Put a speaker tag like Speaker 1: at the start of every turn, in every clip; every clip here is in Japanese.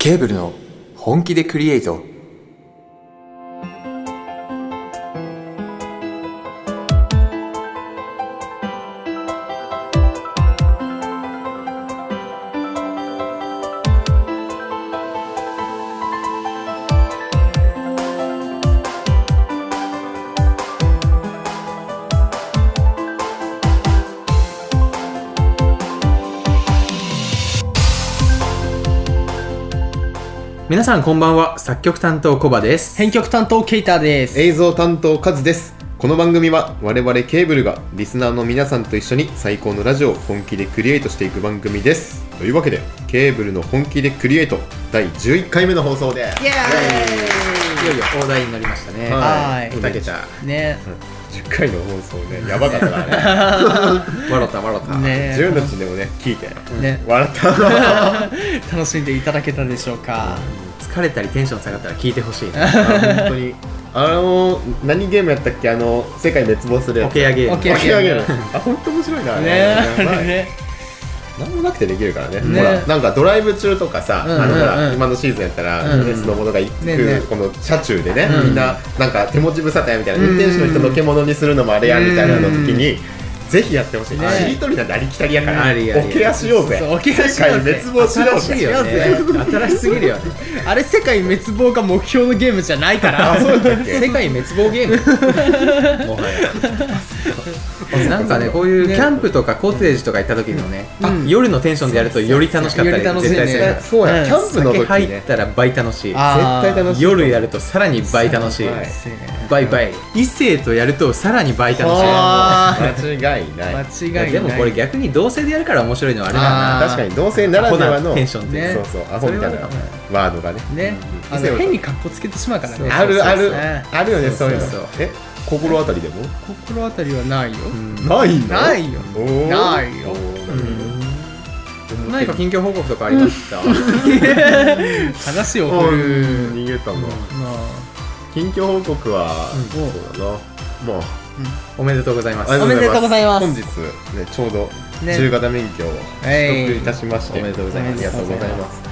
Speaker 1: ケーブルの本気でクリエイト皆さんこんばんは作曲担当コバです
Speaker 2: 編曲担当ケイターです
Speaker 3: 映像担当カズですこの番組は我々ケーブルがリスナーの皆さんと一緒に最高のラジオを本気でクリエイトしていく番組ですというわけでケーブルの本気でクリエイト第11回目の放送です
Speaker 2: イエ
Speaker 1: いよいよ大台になりましたね
Speaker 2: はい
Speaker 3: ふざけちゃう
Speaker 2: ーイね
Speaker 3: 10回の放送ねやばかったからね
Speaker 1: 笑った笑った、
Speaker 2: ね
Speaker 3: 自分たちでもね聞いて
Speaker 2: ね
Speaker 3: 笑った
Speaker 2: 楽しんでいただけたでしょうか
Speaker 1: 疲れたりテンション下がったら聞いてほしい
Speaker 3: 本当にあの何ゲームやったっけあの世界滅亡する
Speaker 1: オ
Speaker 3: やつ
Speaker 1: ケアゲーム
Speaker 2: オケア
Speaker 3: 起き上げるあ本当面白いなあれ
Speaker 2: ねあ
Speaker 3: まあ
Speaker 2: れね
Speaker 3: なんもなくてできるからね
Speaker 2: ね
Speaker 3: ほらなんかドライブ中とかさ、
Speaker 2: うんうんうん
Speaker 3: あのほら今のシーズンやったら、
Speaker 2: うんうん
Speaker 3: ねスノボとか行く、
Speaker 2: ねね
Speaker 3: この車中でね、
Speaker 2: うん
Speaker 3: みんななんか手持ち無沙汰やみたいな、
Speaker 2: うん
Speaker 3: 運転手の人のけ物にするのもあれやみたいなの時に、
Speaker 2: う
Speaker 3: ぜひやってほしい、
Speaker 2: ね
Speaker 3: しりとりなんてありきたりやか
Speaker 1: うんあ
Speaker 3: ら、
Speaker 1: りやりや
Speaker 3: おケアしようぜ
Speaker 2: そうおケアしようぜ
Speaker 3: 世界滅亡しよう
Speaker 1: 新しい
Speaker 3: ぜ
Speaker 1: よね新しすぎるよね
Speaker 2: あれ世界滅亡が目標のゲームじゃないから
Speaker 3: あそうだったっけ
Speaker 1: 世界滅亡ゲームもはやなんかねこういうキャンプとかコテージとか行った時のね、
Speaker 2: うん
Speaker 1: あ夜のテンションでやるとより楽しかったり
Speaker 2: より楽しい
Speaker 1: 絶
Speaker 2: ね
Speaker 1: 対するから
Speaker 3: そうや、
Speaker 2: うん
Speaker 3: キャンプの
Speaker 1: 酒
Speaker 3: 時
Speaker 1: 入っ
Speaker 3: ね
Speaker 1: たら倍楽しい
Speaker 2: あー
Speaker 3: 絶対楽しい
Speaker 1: 夜やるとさらに 倍楽しい
Speaker 3: はい
Speaker 1: 倍倍異性とやるとさらに倍楽しい
Speaker 2: あ
Speaker 3: 間違いない
Speaker 2: 間
Speaker 1: いや
Speaker 2: 違いない
Speaker 1: でもこれ逆に同性でやるから面白いのはあれだ
Speaker 2: あ
Speaker 1: な
Speaker 3: 確かに同性ならでは
Speaker 1: アホ
Speaker 3: の
Speaker 1: なテンションって
Speaker 2: ね
Speaker 3: そうそうアホみたいなワードがね
Speaker 2: ねあ
Speaker 3: 異性
Speaker 2: の
Speaker 3: は
Speaker 2: 変に格好つけてしまうからね
Speaker 3: あるある
Speaker 2: ね
Speaker 3: あるよね
Speaker 1: そ
Speaker 3: そうう
Speaker 1: そ
Speaker 3: いうう
Speaker 1: そ
Speaker 3: の
Speaker 1: う
Speaker 3: え心当たりでも
Speaker 2: 心当たりはないよ
Speaker 3: ないの
Speaker 2: ないよ
Speaker 3: おー
Speaker 2: ないよ
Speaker 3: おー
Speaker 1: 何か近況報告とかありました
Speaker 2: 話を
Speaker 3: う
Speaker 2: 振る
Speaker 3: ん逃げたの
Speaker 2: まあ
Speaker 3: 近況報告は
Speaker 1: うん
Speaker 3: そうだなまあ
Speaker 1: おめでとうございます
Speaker 3: ありが
Speaker 2: おめでとうございます
Speaker 3: 本日ねちょうど
Speaker 2: ね
Speaker 3: 中型免許を
Speaker 2: えい
Speaker 3: 取得いたしまして
Speaker 1: おめでとうございます
Speaker 3: ありがとうございます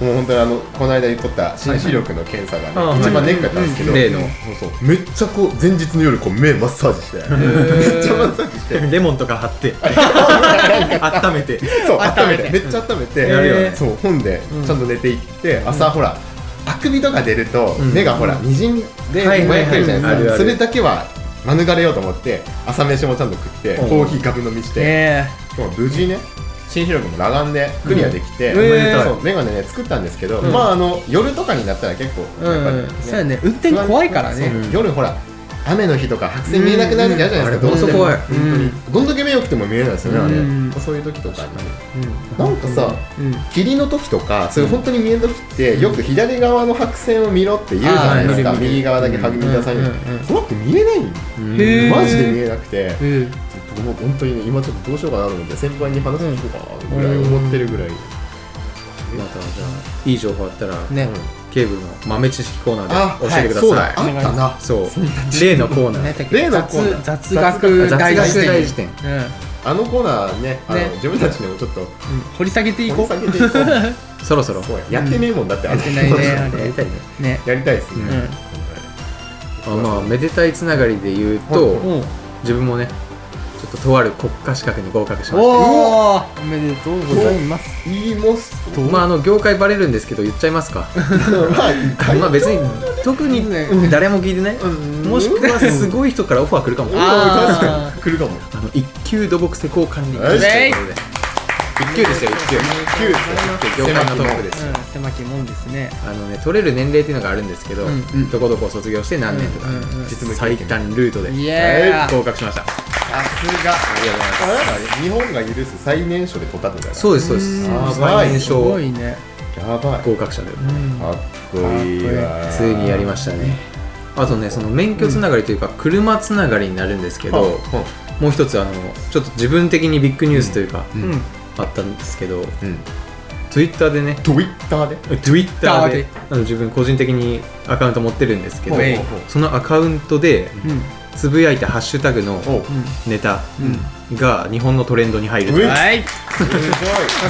Speaker 3: もう本当にあのこの間言っとった新視力の検査
Speaker 1: はい
Speaker 3: が
Speaker 1: はい
Speaker 3: ね一番ネックだったんですけど
Speaker 1: うん例の
Speaker 3: そうそうめっちゃこう前日の夜こう目マッサージしてめっちゃマッサージして
Speaker 1: レモンとか貼って 温めて
Speaker 3: そう
Speaker 2: 温め
Speaker 3: 温め
Speaker 2: て
Speaker 3: てめっちゃ温めて
Speaker 1: やるよね
Speaker 3: そう本で
Speaker 2: うん
Speaker 3: ちゃんと寝ていって、朝ほらあくびとか出ると、
Speaker 1: ん
Speaker 3: 目がほらにじんで
Speaker 1: はい
Speaker 3: ぼ
Speaker 1: はいはい
Speaker 3: やけるじゃな
Speaker 1: あ
Speaker 3: いです
Speaker 1: るある
Speaker 3: かそれだけは免れようと思って朝飯もちゃんと食って
Speaker 1: うん
Speaker 3: コーヒーガブ飲みして、
Speaker 2: ね
Speaker 3: 今日は無事ね新視力も裸眼でクリアできて、
Speaker 2: うんおめでとう
Speaker 3: そう眼鏡ね作ったんですけど、
Speaker 2: うん
Speaker 3: まああの夜とかになったら結構
Speaker 2: うん
Speaker 3: やっぱりね、
Speaker 2: そうやね運転怖いからね
Speaker 3: そう夜ほら雨の日とか白線見えなくなる時あるじゃないですか、
Speaker 1: うん
Speaker 3: どうし
Speaker 1: 本
Speaker 3: て
Speaker 1: 当
Speaker 3: も
Speaker 1: 怖い
Speaker 3: 本当にどんだけ目良くても見えないですよね、
Speaker 2: うん
Speaker 3: あれそういう時とかに
Speaker 2: う
Speaker 3: なんかさ、
Speaker 2: んうん
Speaker 3: 霧の時とか、そういう本当に見える時って、よく左側の白線を見ろって言うじゃないです
Speaker 2: あー
Speaker 3: か、
Speaker 2: 見る見る
Speaker 3: 右側だけ鍵見なさいよ、
Speaker 2: うん
Speaker 3: う
Speaker 2: うんうん
Speaker 3: それって見えないん
Speaker 2: へー
Speaker 3: マジで見えなくて、
Speaker 2: うん
Speaker 3: ちょっともう本当にね、今ちょっとどうしようかなと思って、先輩に話聞こうかなぐらい思ってるぐらい、
Speaker 1: またじゃあいい情報あったら
Speaker 2: ね
Speaker 1: ケーブルの豆知識コーナ
Speaker 3: あ
Speaker 1: ーで教えてくだ
Speaker 3: そう
Speaker 1: さ
Speaker 3: だ
Speaker 1: い
Speaker 3: あったな、
Speaker 1: そう例のコーナ
Speaker 2: 何や
Speaker 1: ー
Speaker 2: ったっけ
Speaker 3: 例のコーナ
Speaker 2: 雑雑
Speaker 3: ー
Speaker 2: 学
Speaker 1: 雑学大
Speaker 2: 大学
Speaker 1: 辞典
Speaker 2: う
Speaker 3: あのコーナーね、あの
Speaker 2: ね
Speaker 3: 自分たちでもちょっと
Speaker 2: んうん掘り下げてい
Speaker 3: 掘
Speaker 2: こ
Speaker 3: り
Speaker 2: う
Speaker 3: 下げていこう、
Speaker 1: そろそろ
Speaker 3: そうややってねえもんだって、あ
Speaker 2: や
Speaker 3: の
Speaker 2: ってないねあれ
Speaker 1: やりたいね
Speaker 2: ね
Speaker 3: やりたいです
Speaker 2: う
Speaker 3: ね。
Speaker 2: ん
Speaker 1: あまあめでたいつながりで言うと
Speaker 2: おう
Speaker 1: 自分もねちょっととある国家資格に合格しました
Speaker 2: おーおめでとうございます
Speaker 3: 言いますと、
Speaker 1: まああの業界バレるんですけど言っちゃいますか
Speaker 3: まあ、
Speaker 1: まあ別に特に誰も聞いてないもしくはすごい人からオファー来るかもあ
Speaker 2: あー
Speaker 3: 確かに来るかも。
Speaker 1: の一級土木施工管理
Speaker 3: よし
Speaker 1: 一級ですよ一級
Speaker 3: 九です
Speaker 1: 業
Speaker 3: よ。
Speaker 1: 界のトップで
Speaker 2: う
Speaker 1: す
Speaker 2: ん狭きもんですね
Speaker 1: あのね取れる年齢っていうのがあるんですけど、
Speaker 2: うん
Speaker 1: どこどこを卒業して何年とか、
Speaker 2: うんうんうん
Speaker 1: 実務最短ルートで
Speaker 2: イエーイ
Speaker 1: 合格しましたあ
Speaker 3: さすが。
Speaker 1: りがとうござい
Speaker 3: あ
Speaker 1: ま
Speaker 3: なんかね日本が許す最年少で取ったってことだよね
Speaker 1: すそうですそうです
Speaker 3: うん
Speaker 1: あー最年
Speaker 2: す
Speaker 1: 少
Speaker 2: ご
Speaker 1: 合
Speaker 2: いね
Speaker 3: やばい。
Speaker 1: 格者で
Speaker 3: かっこいいわ。
Speaker 1: ついにやりましたねあとねその免許つながりというか、車つながりになるんですけど、もう一つあのちょっと自分的にビッグニュースというか、
Speaker 3: うん
Speaker 2: うん
Speaker 1: あったんですけど
Speaker 3: うん。
Speaker 1: Twitter でね
Speaker 3: ツイッターで。
Speaker 1: Twitter
Speaker 2: で
Speaker 1: であの自分個人的にアカウント持ってるんですけど
Speaker 2: ほうほう
Speaker 1: そのアカウントで
Speaker 2: うん
Speaker 1: つぶやいたハッシュタグの
Speaker 3: おう
Speaker 2: うん
Speaker 1: ネタが日本のトレンドに入ると
Speaker 3: うえ
Speaker 2: はい
Speaker 3: すごい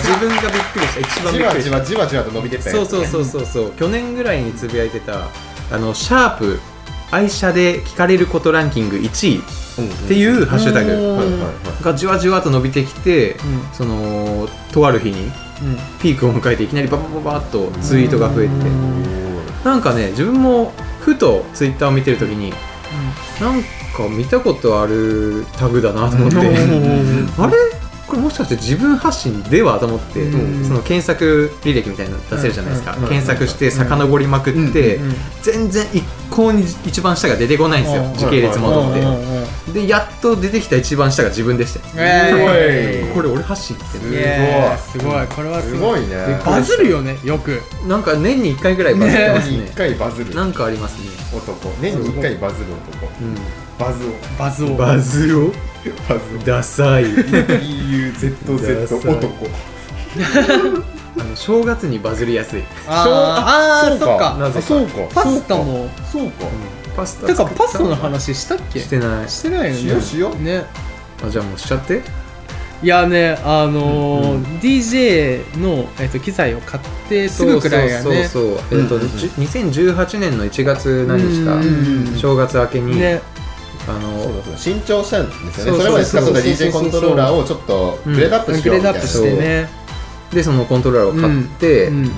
Speaker 1: 自分がびっくりした一番び
Speaker 3: じ
Speaker 1: っく
Speaker 3: わ
Speaker 1: り
Speaker 3: じ
Speaker 1: した
Speaker 3: わじわじわと伸びてった
Speaker 1: そうそううそうそうそう去年ぐらいにつぶやいてたあのシャープ愛車で聞かれることランキング1位っていううハッシュタ
Speaker 2: うん
Speaker 3: はい
Speaker 1: グ
Speaker 3: はいはい
Speaker 1: がじわじわと伸びてきて、
Speaker 2: うん
Speaker 1: そのとある日に
Speaker 2: うん
Speaker 1: ピークを迎えていきなりババババッとツイートが増えて
Speaker 2: うん
Speaker 1: なんかね自分もふとツイッターを見てるときになんか見たことあるタグだなと思ってあれこれもしかして自分発信ではと思って、
Speaker 2: うん
Speaker 1: その検索履歴みたいなの出せるじゃないですか、
Speaker 3: うんうん
Speaker 1: 検索して遡りまくって、
Speaker 2: うん
Speaker 1: 全然一向に一番下が出てこないんですよ、
Speaker 2: うん
Speaker 1: 時系列戻って、
Speaker 2: うんうんうん
Speaker 1: でやっと出てきた一番下が自分でしたよ
Speaker 2: え
Speaker 1: これ俺発信って
Speaker 2: ー
Speaker 3: すごい
Speaker 2: いやーすごいこれは
Speaker 3: す
Speaker 2: すごい
Speaker 3: ごいね
Speaker 2: バズるよねよく
Speaker 1: なんか年に1回ぐらいバズってま
Speaker 3: 年
Speaker 1: す
Speaker 3: に
Speaker 1: ね
Speaker 3: 1回バズ る
Speaker 1: なんかありますね、
Speaker 3: 男年に1回バズる男バズを
Speaker 2: バズ
Speaker 1: う
Speaker 2: を
Speaker 1: ん、バズを
Speaker 3: バズを
Speaker 1: ダサい
Speaker 3: EUZZ 男
Speaker 1: あの正月にバズりやすい、
Speaker 2: あーあーそっか
Speaker 1: なぜ
Speaker 3: あ
Speaker 1: か
Speaker 3: そうか
Speaker 2: パスタも
Speaker 3: そうか
Speaker 1: パスタ
Speaker 2: てかパスタの
Speaker 1: 作っ
Speaker 2: 話したったけ
Speaker 1: してない
Speaker 2: してないよね
Speaker 3: しようしよう
Speaker 2: ね
Speaker 1: あじゃあもうしちゃって
Speaker 2: いやねあのー
Speaker 1: う
Speaker 2: DJ の、えっと機材を買ってすぐくらいやね
Speaker 1: そうそうそうえっと、
Speaker 3: うんうんうん
Speaker 1: じゅ2018年の1月何日か
Speaker 2: うん
Speaker 3: うんうん
Speaker 1: 正月明けに、
Speaker 2: ね
Speaker 1: あ
Speaker 3: そう
Speaker 1: の
Speaker 3: だそうだ新調したんです
Speaker 1: そ
Speaker 3: よね
Speaker 1: うそう
Speaker 3: それまで使ってた
Speaker 2: そうそうそう
Speaker 3: DJ コントローラーをちょっと
Speaker 1: うん
Speaker 3: グレードアップし
Speaker 2: グ
Speaker 3: よう
Speaker 2: レード
Speaker 3: みた
Speaker 2: ア
Speaker 3: いな
Speaker 2: ップしてね
Speaker 1: でそのコントローラーを買って、
Speaker 2: うん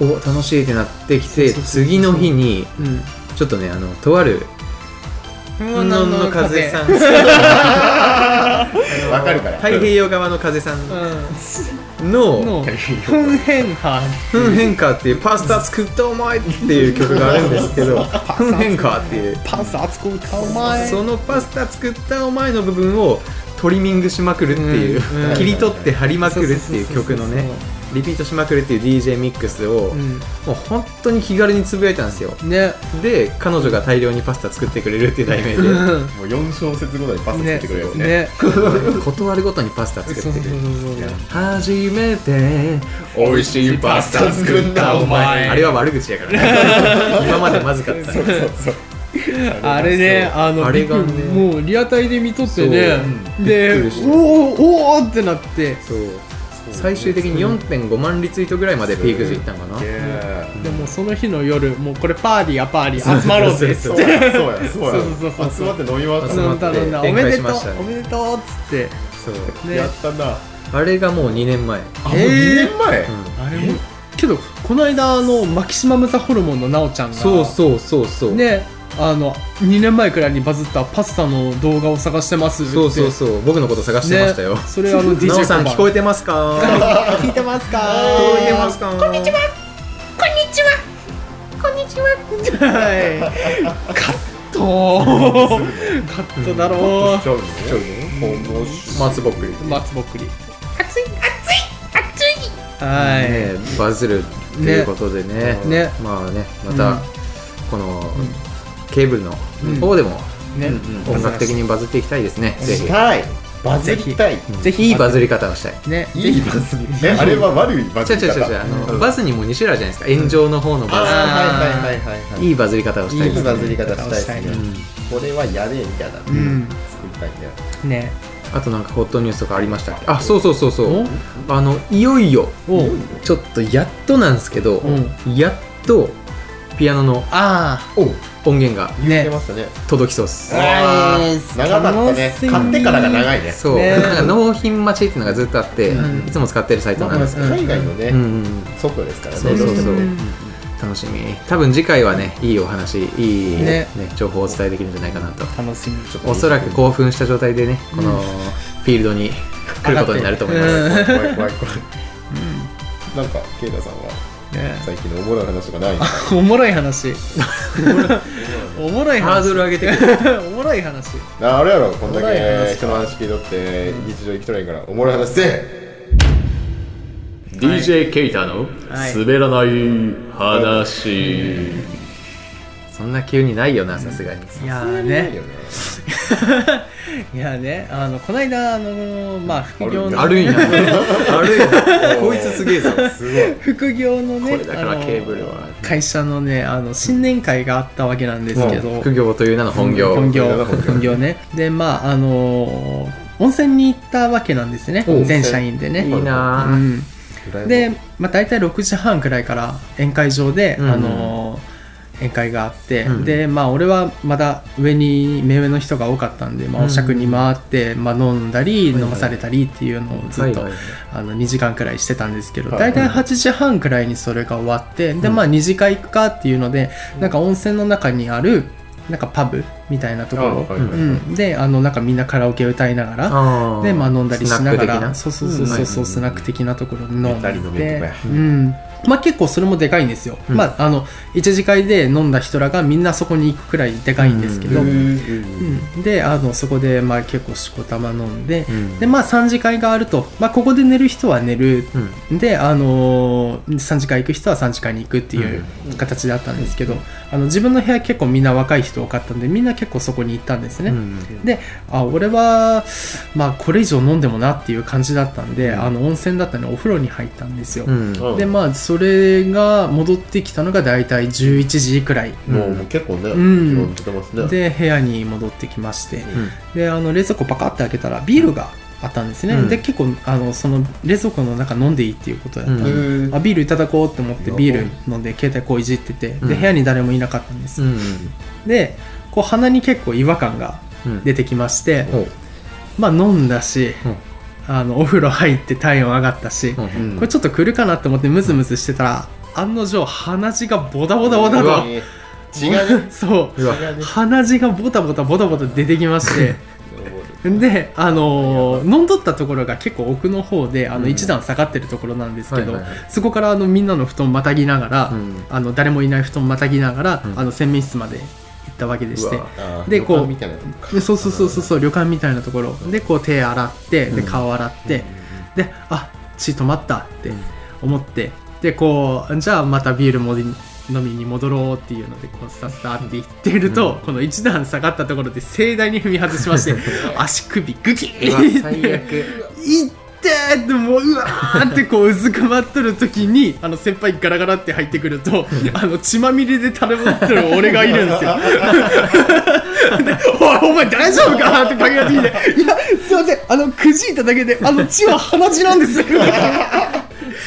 Speaker 1: お楽しいってなってきて
Speaker 2: そうそうそうそう
Speaker 1: 次の日に
Speaker 2: うん
Speaker 1: ちょっとねあのとある
Speaker 2: 雲
Speaker 1: 雲南の風さん
Speaker 3: わかるから
Speaker 1: 太平洋側の風さん
Speaker 2: う
Speaker 1: の
Speaker 2: のフンヘンハ
Speaker 1: 「ふん変化」っていう「パスタ作ったお前」っていう曲があるんですけ ど「ふん変化」っていう
Speaker 2: パス熱く歌う前
Speaker 1: そのパスタ作ったお前の部分をトリミングしまくるっていう、
Speaker 2: うんうん
Speaker 1: 切り取って貼りまくるっていう曲のねリピートしまくるっていう DJ ミックスを、
Speaker 2: う
Speaker 1: も
Speaker 2: ん
Speaker 1: う本当に気軽につぶやいたんですよ
Speaker 2: ね
Speaker 1: で彼女が大量にパスタ作ってくれるっていう題名で
Speaker 3: もう4小節ごとにパスタ作ってくれるやつね
Speaker 2: ね
Speaker 1: 断るごとにパスタ作
Speaker 2: そうそう
Speaker 1: っ
Speaker 2: そ
Speaker 1: て
Speaker 2: う
Speaker 1: く
Speaker 2: そ
Speaker 1: れる
Speaker 2: う
Speaker 1: 初めて
Speaker 3: 美味しいパスタ作ったお前
Speaker 1: あれは悪口やから ね今までまずかった
Speaker 3: そうそうそう
Speaker 2: あれねあの
Speaker 1: あれがね
Speaker 2: もうリアタイで見とってね
Speaker 1: そう
Speaker 2: で
Speaker 1: びっくりした
Speaker 2: おーおーってなって
Speaker 1: そう最終的に4.5万リツイートぐらいまでピーク時いったんかな
Speaker 3: すげえ
Speaker 2: でもその日の夜もうこれパーティーやパーティー集まろうぜっ つ
Speaker 1: そ
Speaker 2: っ
Speaker 3: そうう
Speaker 2: て
Speaker 3: やそうやそ
Speaker 2: そ
Speaker 3: う
Speaker 2: うそうそう
Speaker 3: や集
Speaker 2: そう
Speaker 3: まって飲みま
Speaker 1: 集
Speaker 3: し
Speaker 1: ま
Speaker 3: た
Speaker 1: っ
Speaker 2: 頼ん
Speaker 1: て
Speaker 2: だ頼んだお
Speaker 1: 展
Speaker 2: め
Speaker 1: 開
Speaker 2: で
Speaker 1: し
Speaker 2: とう
Speaker 1: ましたね
Speaker 2: おめでとうっつって
Speaker 1: そう
Speaker 2: ね
Speaker 3: やったな
Speaker 1: あれがもう2年前
Speaker 3: あもう2年前
Speaker 2: あれもけどこの間あのマキシマムザホルモンのなおちゃんが
Speaker 1: そうそうそうそう、
Speaker 2: ねあの2年前くらいにバズったパスタの動画を探してますって
Speaker 1: そうそうそう僕のこと探してましたよ、
Speaker 2: ねそれあ の DJ
Speaker 1: なおさん
Speaker 2: コバ
Speaker 1: 聞こえてますか
Speaker 2: 聞いてますか
Speaker 1: 聞こえてますかこんにちは
Speaker 4: こんにちは。こんにちは。
Speaker 2: はいカットカットだろ
Speaker 3: ちょうど面白い
Speaker 1: 松ぼっくり
Speaker 2: う松ぼっくり
Speaker 4: 暑い、暑い、暑い。
Speaker 2: は
Speaker 1: ねバズるっていうことでね
Speaker 2: ねね
Speaker 1: まあねまた、
Speaker 2: うん
Speaker 1: この、ケーブルの
Speaker 2: うん
Speaker 1: 方でも
Speaker 2: いね
Speaker 3: うん
Speaker 1: 音楽的にバズっていきたいですね、ぜ
Speaker 3: し
Speaker 1: ひ
Speaker 3: たいバズりたい
Speaker 1: ぜひいいバズり方をしたい
Speaker 2: ね
Speaker 3: いいバズりえあれは悪いバ
Speaker 1: 違
Speaker 3: ズ
Speaker 1: う
Speaker 3: り
Speaker 1: 違う
Speaker 3: 方
Speaker 1: 違う違うあの、バズにも2種類あるじゃないですか炎上の方の
Speaker 3: あー
Speaker 1: バ
Speaker 3: はいはいはいはいは
Speaker 1: ズ、
Speaker 3: い
Speaker 1: いいバズり方をしたいで
Speaker 3: いい
Speaker 1: す、
Speaker 3: バ
Speaker 1: ね、
Speaker 3: ズり方したいですねこれはやべえみたいな
Speaker 2: うん
Speaker 3: 作りたいね
Speaker 2: ね
Speaker 1: あとなんかホットニュースとかありましたっけあそうそうそうそ
Speaker 2: お
Speaker 1: うあのいよいよ
Speaker 2: お
Speaker 1: ちょっとやっとなんですけど、
Speaker 2: うん
Speaker 1: やっとピアノの
Speaker 2: あ
Speaker 3: お
Speaker 1: 音源が
Speaker 3: 言ってましたね
Speaker 1: 届きそうです、
Speaker 3: あー長かったね
Speaker 2: 楽しみ
Speaker 3: 買ってからが長いね
Speaker 1: そう、
Speaker 2: ね
Speaker 1: なんか納品待ちっていうのがずっとあって、
Speaker 2: うん
Speaker 1: いつも使ってるサイト
Speaker 3: ま
Speaker 1: なん
Speaker 3: あ
Speaker 1: ですけ
Speaker 3: 海外の
Speaker 1: ど、う
Speaker 3: ね
Speaker 1: んうん
Speaker 3: ソフトですからね
Speaker 1: そうそうそう
Speaker 3: どしても
Speaker 1: 楽しみ多分次回はねいいお話いい、ね
Speaker 2: ね
Speaker 1: 情報をお伝えできるんじゃないかなと
Speaker 2: あ楽しみ
Speaker 1: おそらく興奮した状態でねこのフィールドに来ることになると思います、
Speaker 2: 上がって
Speaker 3: 怖い怖い怖い怖いなんかケイタさんは
Speaker 2: ね
Speaker 3: 最近のおもろい話とかないの
Speaker 2: おもろい 話おもろい
Speaker 1: ハー
Speaker 2: 話
Speaker 1: ドル上げてくる
Speaker 2: おもろい話
Speaker 3: ああれやろこんだ
Speaker 2: おもろい
Speaker 3: け
Speaker 2: 話
Speaker 3: 人の話聞いとって日常生きとれんからおもろい話せ
Speaker 5: DJ ケイタの
Speaker 2: はい
Speaker 5: 滑らない話、
Speaker 1: そんな急にないよなさすがに
Speaker 2: いやーね
Speaker 3: いいよね
Speaker 2: いやねあのこの間あのまあ副業の
Speaker 1: ある んやあるんやこいつすげえぞ
Speaker 3: すごい。
Speaker 2: 副業のね
Speaker 1: これだから
Speaker 2: あの
Speaker 1: ケーブルは
Speaker 2: 会社のねあの新年会があったわけなんですけど、
Speaker 1: もう副業という名の本業
Speaker 2: 本業
Speaker 3: 本業
Speaker 2: 本業ねでまああの温泉に行ったわけなんですね
Speaker 3: お
Speaker 2: 全社員でね
Speaker 1: いいなあ
Speaker 2: うんで、まあ、大体6時半くらいから宴会場で、
Speaker 1: うん
Speaker 2: あの宴会があって、
Speaker 1: うん
Speaker 2: でまあ俺はまだ上に目上の人が多かったんで、まあ、
Speaker 1: うん
Speaker 2: お酌に回って、まあ、飲んだ
Speaker 1: は
Speaker 2: り
Speaker 1: いはい
Speaker 2: 飲まされたりっていうのをずっと、
Speaker 1: はいはい
Speaker 2: あの2時間くらいしてたんですけど、
Speaker 3: はい
Speaker 2: 大体8時半くらいにそれが終わって、で
Speaker 1: うん
Speaker 2: まあ2次会行くかっていうので、なんか温泉の中にあるなんかパブみたいなところ、
Speaker 3: あはいはい
Speaker 2: うん、であのなんかみんなカラオケ歌いながら
Speaker 1: あー
Speaker 2: で、まあ、飲んだりしな
Speaker 1: ス
Speaker 2: が
Speaker 1: ナック的
Speaker 2: らそうそうそうそうそう、
Speaker 3: うん
Speaker 2: スナック的なところに飲
Speaker 3: ゆ
Speaker 2: ん
Speaker 3: った
Speaker 2: で
Speaker 3: り飲めるとこや
Speaker 2: うんまあ、結構それもでかいんですよ、
Speaker 1: うん
Speaker 2: まあ、あの一次会で飲んだ人らがみんなそこに行くくらいでかいんですけど、
Speaker 1: う
Speaker 2: うんん
Speaker 3: ん。
Speaker 2: であのそこでまあ結構しこたま飲んで
Speaker 1: う、ん
Speaker 2: でまあ3次会があると、まあ、ここで寝る人は寝る
Speaker 1: うん
Speaker 2: で、あのー、3次会行く人は3次会に行くっていう形だったんですけど、あの自分の部屋結構みんな若い人多かったんでみんな結構そこに行ったんですね、
Speaker 1: うん
Speaker 2: であ俺は、まあ、これ以上飲んでもなっていう感じだったんで、
Speaker 3: うん
Speaker 2: あの温泉だったんでお風呂に入ったんですよ、
Speaker 1: うん
Speaker 3: うん
Speaker 2: でまあそれが戻ってきたのが大体11時くらい
Speaker 3: もうもう結構ね、
Speaker 2: うん
Speaker 3: 飲んでますね。
Speaker 2: で部屋に戻ってきまして
Speaker 1: うん
Speaker 2: であの冷蔵庫パカって開けたらビールがあったんですね、
Speaker 1: うん
Speaker 2: で結構あのその冷蔵庫の中飲んでいいっていうことだったんで、
Speaker 1: うん
Speaker 2: あビールいただこうって思って
Speaker 3: やば
Speaker 2: ビール飲んで携帯こういじってて、
Speaker 1: うん
Speaker 2: で部屋に誰もいなかったんです、
Speaker 1: うん
Speaker 2: でこう鼻に結構違和感が
Speaker 1: うん
Speaker 2: 出てきまして、
Speaker 1: おう
Speaker 2: まあ飲んだし、
Speaker 1: うん
Speaker 2: あのお風呂入って体温上がったし、
Speaker 1: うん
Speaker 3: うん
Speaker 2: これちょっと来るかなって思ってムズムズしてたら案の定鼻血がボタボタボタ
Speaker 1: うわ
Speaker 2: と
Speaker 3: 違うね。
Speaker 2: そう
Speaker 1: うわ
Speaker 3: 違うね
Speaker 2: 鼻血がボタボタボタボタ出てきましてであのー飲んどったところが結構奥の方であ
Speaker 1: う
Speaker 2: の
Speaker 1: ん
Speaker 2: 一段下がってるところなんですけど、
Speaker 1: はいはいはい
Speaker 2: そこからあのみんなの布団またぎながら、
Speaker 1: うん
Speaker 2: あの誰もいない布団またぎながら、
Speaker 1: うん
Speaker 2: あの洗面室まで行ったわけでして
Speaker 1: うわ
Speaker 3: あー
Speaker 2: でこう
Speaker 3: 旅館みたいなとこか
Speaker 2: でそうそうそうそうそう旅館みたいなところでこう手洗ってで
Speaker 1: うん
Speaker 2: 顔洗って、であ血止まったって思ってでこうじゃあまたビールも飲みに戻ろうっていうのでこうスタスタって言ってると、
Speaker 1: うん
Speaker 2: この一段下がったところで盛大に踏み外しま して足首グキ
Speaker 1: うわ
Speaker 2: ーって
Speaker 1: 最悪
Speaker 2: いってーってもううわーってこううずくまっとる時にあの先輩ガラガラって入ってくるとあの血まみれで垂れ回ってる俺がいるんですよ。で「おいお前大丈夫か?」って鍵がついて「いやすいませんあのくじいただけであの血は鼻血なんです」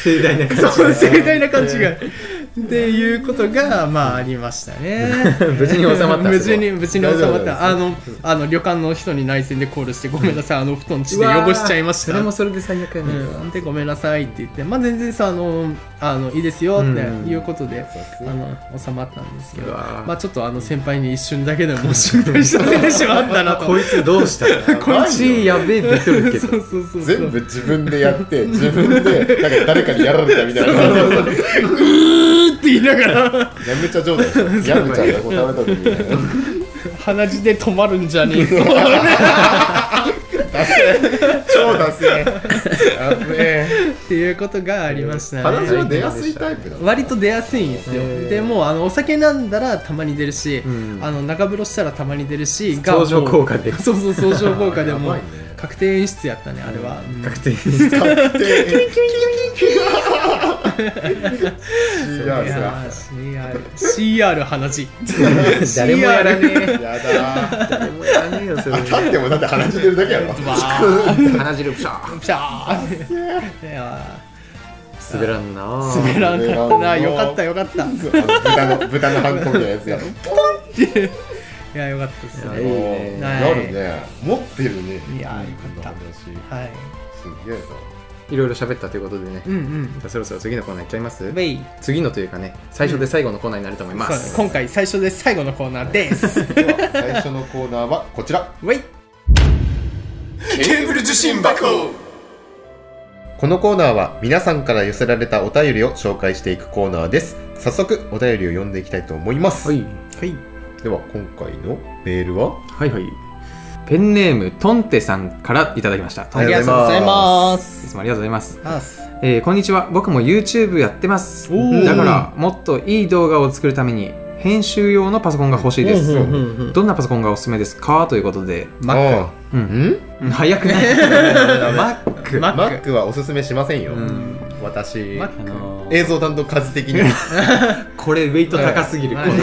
Speaker 1: 盛大な感
Speaker 2: そう盛大な勘違い。っていうことがまあありましたね。
Speaker 1: じ無事に収まった
Speaker 2: 無事に無事に収ま
Speaker 3: 大丈夫
Speaker 2: っ
Speaker 3: です
Speaker 2: た。あのあの旅館の人に内線でコールしてごめんなさいあの布団血で汚しちゃいました。
Speaker 1: それもそれで最悪やね
Speaker 2: うん、でごめんなさいって言って、まあ、全然さあのあのいいですよっていうことで、
Speaker 3: うん
Speaker 2: あの収まったんですけ
Speaker 1: う
Speaker 2: ど、
Speaker 1: わー
Speaker 2: まあ、ちょっとあの先輩に一瞬だけでも心配させてしまったなと
Speaker 1: こいつどうしたの
Speaker 3: こいつ
Speaker 1: 血やべえって言っとるけ
Speaker 2: そ
Speaker 1: ど
Speaker 2: うそうそうそう
Speaker 3: 全部自分でやって自分でなんか誰かにやられたみたいな
Speaker 2: うーって言いながら
Speaker 3: やめちゃ状態やめちゃんがこう食べとるみたいな
Speaker 2: 鼻血で止まるんじゃねえぞ
Speaker 3: ダセー超ダセーあぶねえ
Speaker 2: っていうことがありました
Speaker 3: 鼻
Speaker 2: ね
Speaker 3: 血は出やすいタイプだ
Speaker 2: 割と出やすいんですよ、
Speaker 1: へー
Speaker 2: でもうあのお酒飲んだらたまに出るし、
Speaker 1: うん
Speaker 2: あの中風呂したらたまに出るしが
Speaker 1: 相乗効果で
Speaker 2: もう そうそう相乗効果でも
Speaker 3: やば
Speaker 2: う
Speaker 3: いね
Speaker 2: 確定演出やったねあれは、うん
Speaker 1: 確定
Speaker 3: 確定違う
Speaker 2: いやー CR CR 鼻血
Speaker 1: 誰もやらねえ
Speaker 3: やだー
Speaker 1: 誰もやらねえよそれ
Speaker 3: 立ってもだって鼻血出るだけやろ
Speaker 2: わー
Speaker 1: 鼻汁プシャー
Speaker 2: ピシャーいや
Speaker 1: 滑らんなあ
Speaker 2: ー滑らんかったなよかったよかったい
Speaker 3: 豚の豚のハンコみたいなやつやろ
Speaker 2: やよかったです
Speaker 1: いやいい
Speaker 2: ね
Speaker 1: ね
Speaker 2: はい
Speaker 3: なるね持ってるね
Speaker 2: いやーよかった
Speaker 3: こんな話す
Speaker 2: はい
Speaker 3: げえない
Speaker 1: ろいろ喋ったということでね
Speaker 2: う
Speaker 1: じ
Speaker 2: んうん
Speaker 1: ゃあそろそろ次のコーナーいっちゃいます
Speaker 2: ウェイ
Speaker 1: 次のというかね最初で最後のコーナーになると思いま
Speaker 2: そうね
Speaker 1: す
Speaker 2: 今回最初で最後のコーナーですウ
Speaker 3: では最初のコーナーはこちら
Speaker 2: ェイ
Speaker 3: ケーブル受信箱このコーナーは皆さんから寄せられたお便りを紹介していくコーナーです早速お便りを読んでいきたいと思います、
Speaker 1: はい
Speaker 2: はい
Speaker 3: では今回のメールは
Speaker 1: はいはいペンネームトンテさんからいただきましたい
Speaker 3: ありがとうございます
Speaker 1: つもありがとうございます、
Speaker 2: あす
Speaker 1: えーこんにちは僕も YouTube やってます
Speaker 2: おー
Speaker 1: だからもっといい動画を作るために編集用のパソコンが欲しいです、
Speaker 2: うんうんうんうん
Speaker 1: どんなパソコンがおすすめですかということで、
Speaker 2: マッ
Speaker 1: う
Speaker 3: あー
Speaker 1: ん、
Speaker 3: ん
Speaker 1: 早くない マック
Speaker 2: マック
Speaker 3: マックはおすすめしませんよ、
Speaker 1: うん
Speaker 3: 私
Speaker 2: マック
Speaker 1: あのー
Speaker 3: 映像担当数 的に
Speaker 1: これウェイト高すぎる、
Speaker 2: はい
Speaker 1: こ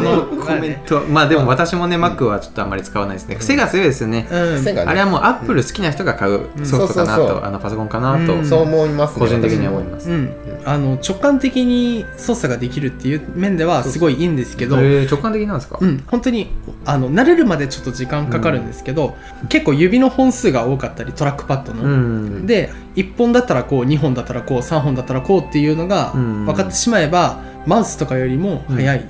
Speaker 1: のこの
Speaker 2: はい
Speaker 1: コメント、まあでも私もね、マックはちょっとあんまり使わないですね癖が強いですよね、
Speaker 2: クうん
Speaker 3: 癖がね
Speaker 1: あれはもうアップル好きな人が買うソフトかな
Speaker 3: そうそうそう
Speaker 1: とあのパソコンかなと、
Speaker 2: うん
Speaker 3: そう思いますね
Speaker 1: 個人的には思います、
Speaker 2: うん、あの直感的に操作ができるっていう面ではすごいいいんですけど、
Speaker 1: えー直感的なんですか、
Speaker 2: うん、本当にあの慣れるまでちょっと時間かかるんですけど、結構指の本数が多かったりトラックパッドの、
Speaker 1: うん
Speaker 2: で1本だったらこう2本だったらこう3本だったらこうっていうのが
Speaker 1: うん
Speaker 2: 分かってしまえば、マウスとかよりも早い、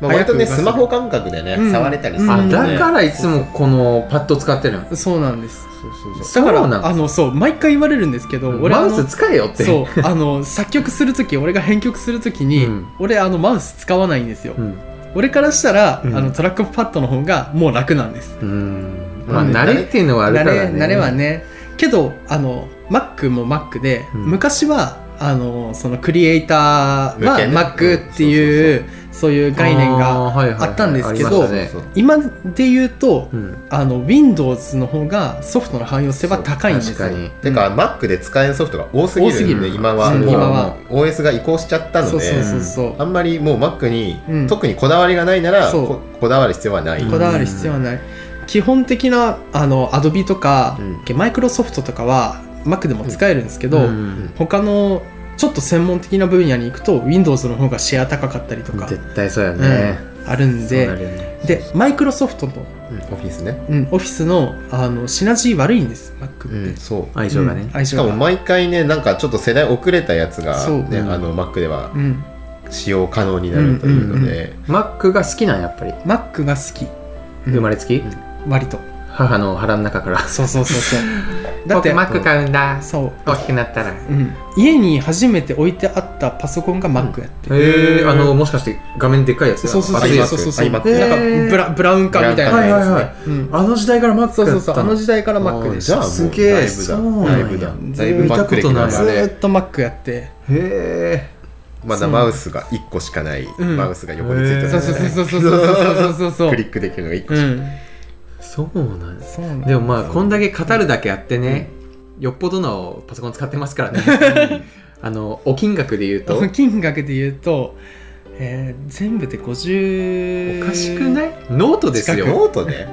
Speaker 3: まあ割とね
Speaker 2: 早く
Speaker 3: スマホ感覚でね、
Speaker 2: うん
Speaker 3: 触れたりする
Speaker 1: あ
Speaker 3: んで、
Speaker 2: うん
Speaker 1: だからいつもこのパッド使ってるの
Speaker 2: そうなんです
Speaker 3: そうそうそ
Speaker 2: だか
Speaker 1: そうなん
Speaker 2: ら
Speaker 1: です
Speaker 2: あのそう毎回言われるんですけど、俺
Speaker 1: マウス使えよっ
Speaker 2: あ
Speaker 1: て
Speaker 2: のそうあの作曲する時俺が編曲する時に、
Speaker 1: うん
Speaker 2: 俺あのマウス使わないんですよ、
Speaker 1: うん、
Speaker 2: 俺からしたら、
Speaker 1: うん
Speaker 2: あのトラックパッドの方がもう楽なんです
Speaker 1: うんまあ
Speaker 3: うん
Speaker 1: 慣れっていうのはあるか
Speaker 2: 慣れ
Speaker 1: らね
Speaker 2: 慣れはねけどあの Mac も Mac で、
Speaker 1: うん
Speaker 2: 昔はあのそのクリエイター
Speaker 3: 向
Speaker 2: は
Speaker 3: けね
Speaker 2: Mac っていう,、そういう概念が
Speaker 1: ーはいはいはい
Speaker 2: あったんですけど
Speaker 1: ありました
Speaker 3: う
Speaker 1: ね
Speaker 3: そう
Speaker 2: 今で言うと
Speaker 1: うん
Speaker 2: あの Windows の方がソフトの汎用性は高いんです
Speaker 1: 確か
Speaker 2: よ
Speaker 1: に
Speaker 3: てか、Mac で使えんソフトが多すぎ
Speaker 2: 多すぎ
Speaker 3: るんで
Speaker 2: る
Speaker 3: 今は,、
Speaker 2: うん今は
Speaker 3: もう OS が移行しちゃったの
Speaker 2: そ
Speaker 3: で
Speaker 2: うそうそうそう
Speaker 3: あんまりもう Mac に、
Speaker 2: うん
Speaker 3: 特にこだわりがないなら
Speaker 2: そう
Speaker 3: ここだわる必要はない、
Speaker 1: うん
Speaker 2: こだわる必要はない、基本的なあの Adobe とか
Speaker 3: うん
Speaker 2: マイクロソフトとかは Mac でも使えるんですけど、
Speaker 1: うん
Speaker 2: 他のちょっと専門的な分野に行くと Windows の方がシェア高かったりとか、
Speaker 1: 絶対そうや
Speaker 2: うん
Speaker 1: ね、
Speaker 2: あるん
Speaker 1: そうな
Speaker 2: で
Speaker 1: るよね
Speaker 2: でマイクロソフトと、
Speaker 3: うんオフィスね、
Speaker 2: うん、オフィスのあのシナジー悪いんです
Speaker 3: う
Speaker 2: Mac っ
Speaker 3: ん、
Speaker 2: て、
Speaker 3: そう
Speaker 1: 相性がね
Speaker 2: うん、相
Speaker 3: し
Speaker 2: 性
Speaker 3: か
Speaker 2: が
Speaker 3: も毎回ねなんかちょっと世代遅れたやつが、
Speaker 2: そう
Speaker 3: ね
Speaker 1: うん
Speaker 3: あの Mac では
Speaker 2: うん、
Speaker 3: 使用可能になるというので、
Speaker 1: マックが好きなんやっぱり
Speaker 2: Mac が好きうん
Speaker 1: 生まれつき、
Speaker 2: 割と
Speaker 1: 母の腹の中から
Speaker 2: そうそうそうそう だっ
Speaker 1: 僕
Speaker 2: て
Speaker 1: マック買うんだ
Speaker 2: そう、
Speaker 1: 大きくなったら
Speaker 2: うん、家に初めて置いてあったパソコンが Mac やって、
Speaker 1: へえあのもしかして画面でっかいやつ
Speaker 2: そうそう
Speaker 1: あ
Speaker 2: そう
Speaker 1: れ
Speaker 2: そ
Speaker 1: や
Speaker 2: う
Speaker 1: つ
Speaker 2: そうそうそうなん
Speaker 3: iMac
Speaker 2: かブラブラウン管みたいな
Speaker 1: はい
Speaker 2: やつ
Speaker 1: はいはい
Speaker 2: ですね、うん
Speaker 1: あの時代からマック
Speaker 2: そう
Speaker 1: や
Speaker 2: そう
Speaker 1: った
Speaker 2: そうあの時代から Mac でし
Speaker 3: じゃあ
Speaker 2: た
Speaker 3: も
Speaker 1: す
Speaker 3: う
Speaker 1: げえ
Speaker 3: だいぶ
Speaker 1: そ
Speaker 3: だ
Speaker 1: う
Speaker 3: だい
Speaker 1: なん
Speaker 3: ぶ
Speaker 1: や
Speaker 3: だだいぶ
Speaker 1: 見た
Speaker 3: Mac
Speaker 1: こ
Speaker 3: 歴
Speaker 1: とない
Speaker 3: だ
Speaker 2: ず
Speaker 1: そ
Speaker 3: か
Speaker 1: う
Speaker 3: ら
Speaker 2: ーっと Mac やって
Speaker 1: へ
Speaker 3: まだマウスが1個しかない、
Speaker 2: うん
Speaker 3: マウスが横についてる
Speaker 1: へー
Speaker 2: そうそうそうそうそうそうそう そう
Speaker 3: クリックできるのが1個
Speaker 2: う
Speaker 3: しか
Speaker 2: ん
Speaker 1: えそうなんです
Speaker 2: そうなんだ
Speaker 1: でもまあこんだけ語るだけあってね、よっぽどのパソコン使ってますからね あのお金額で言うとお
Speaker 2: 金額で言うと、えー全部で50
Speaker 1: かしくない、ノートです
Speaker 3: ない
Speaker 1: よ、
Speaker 3: ノートね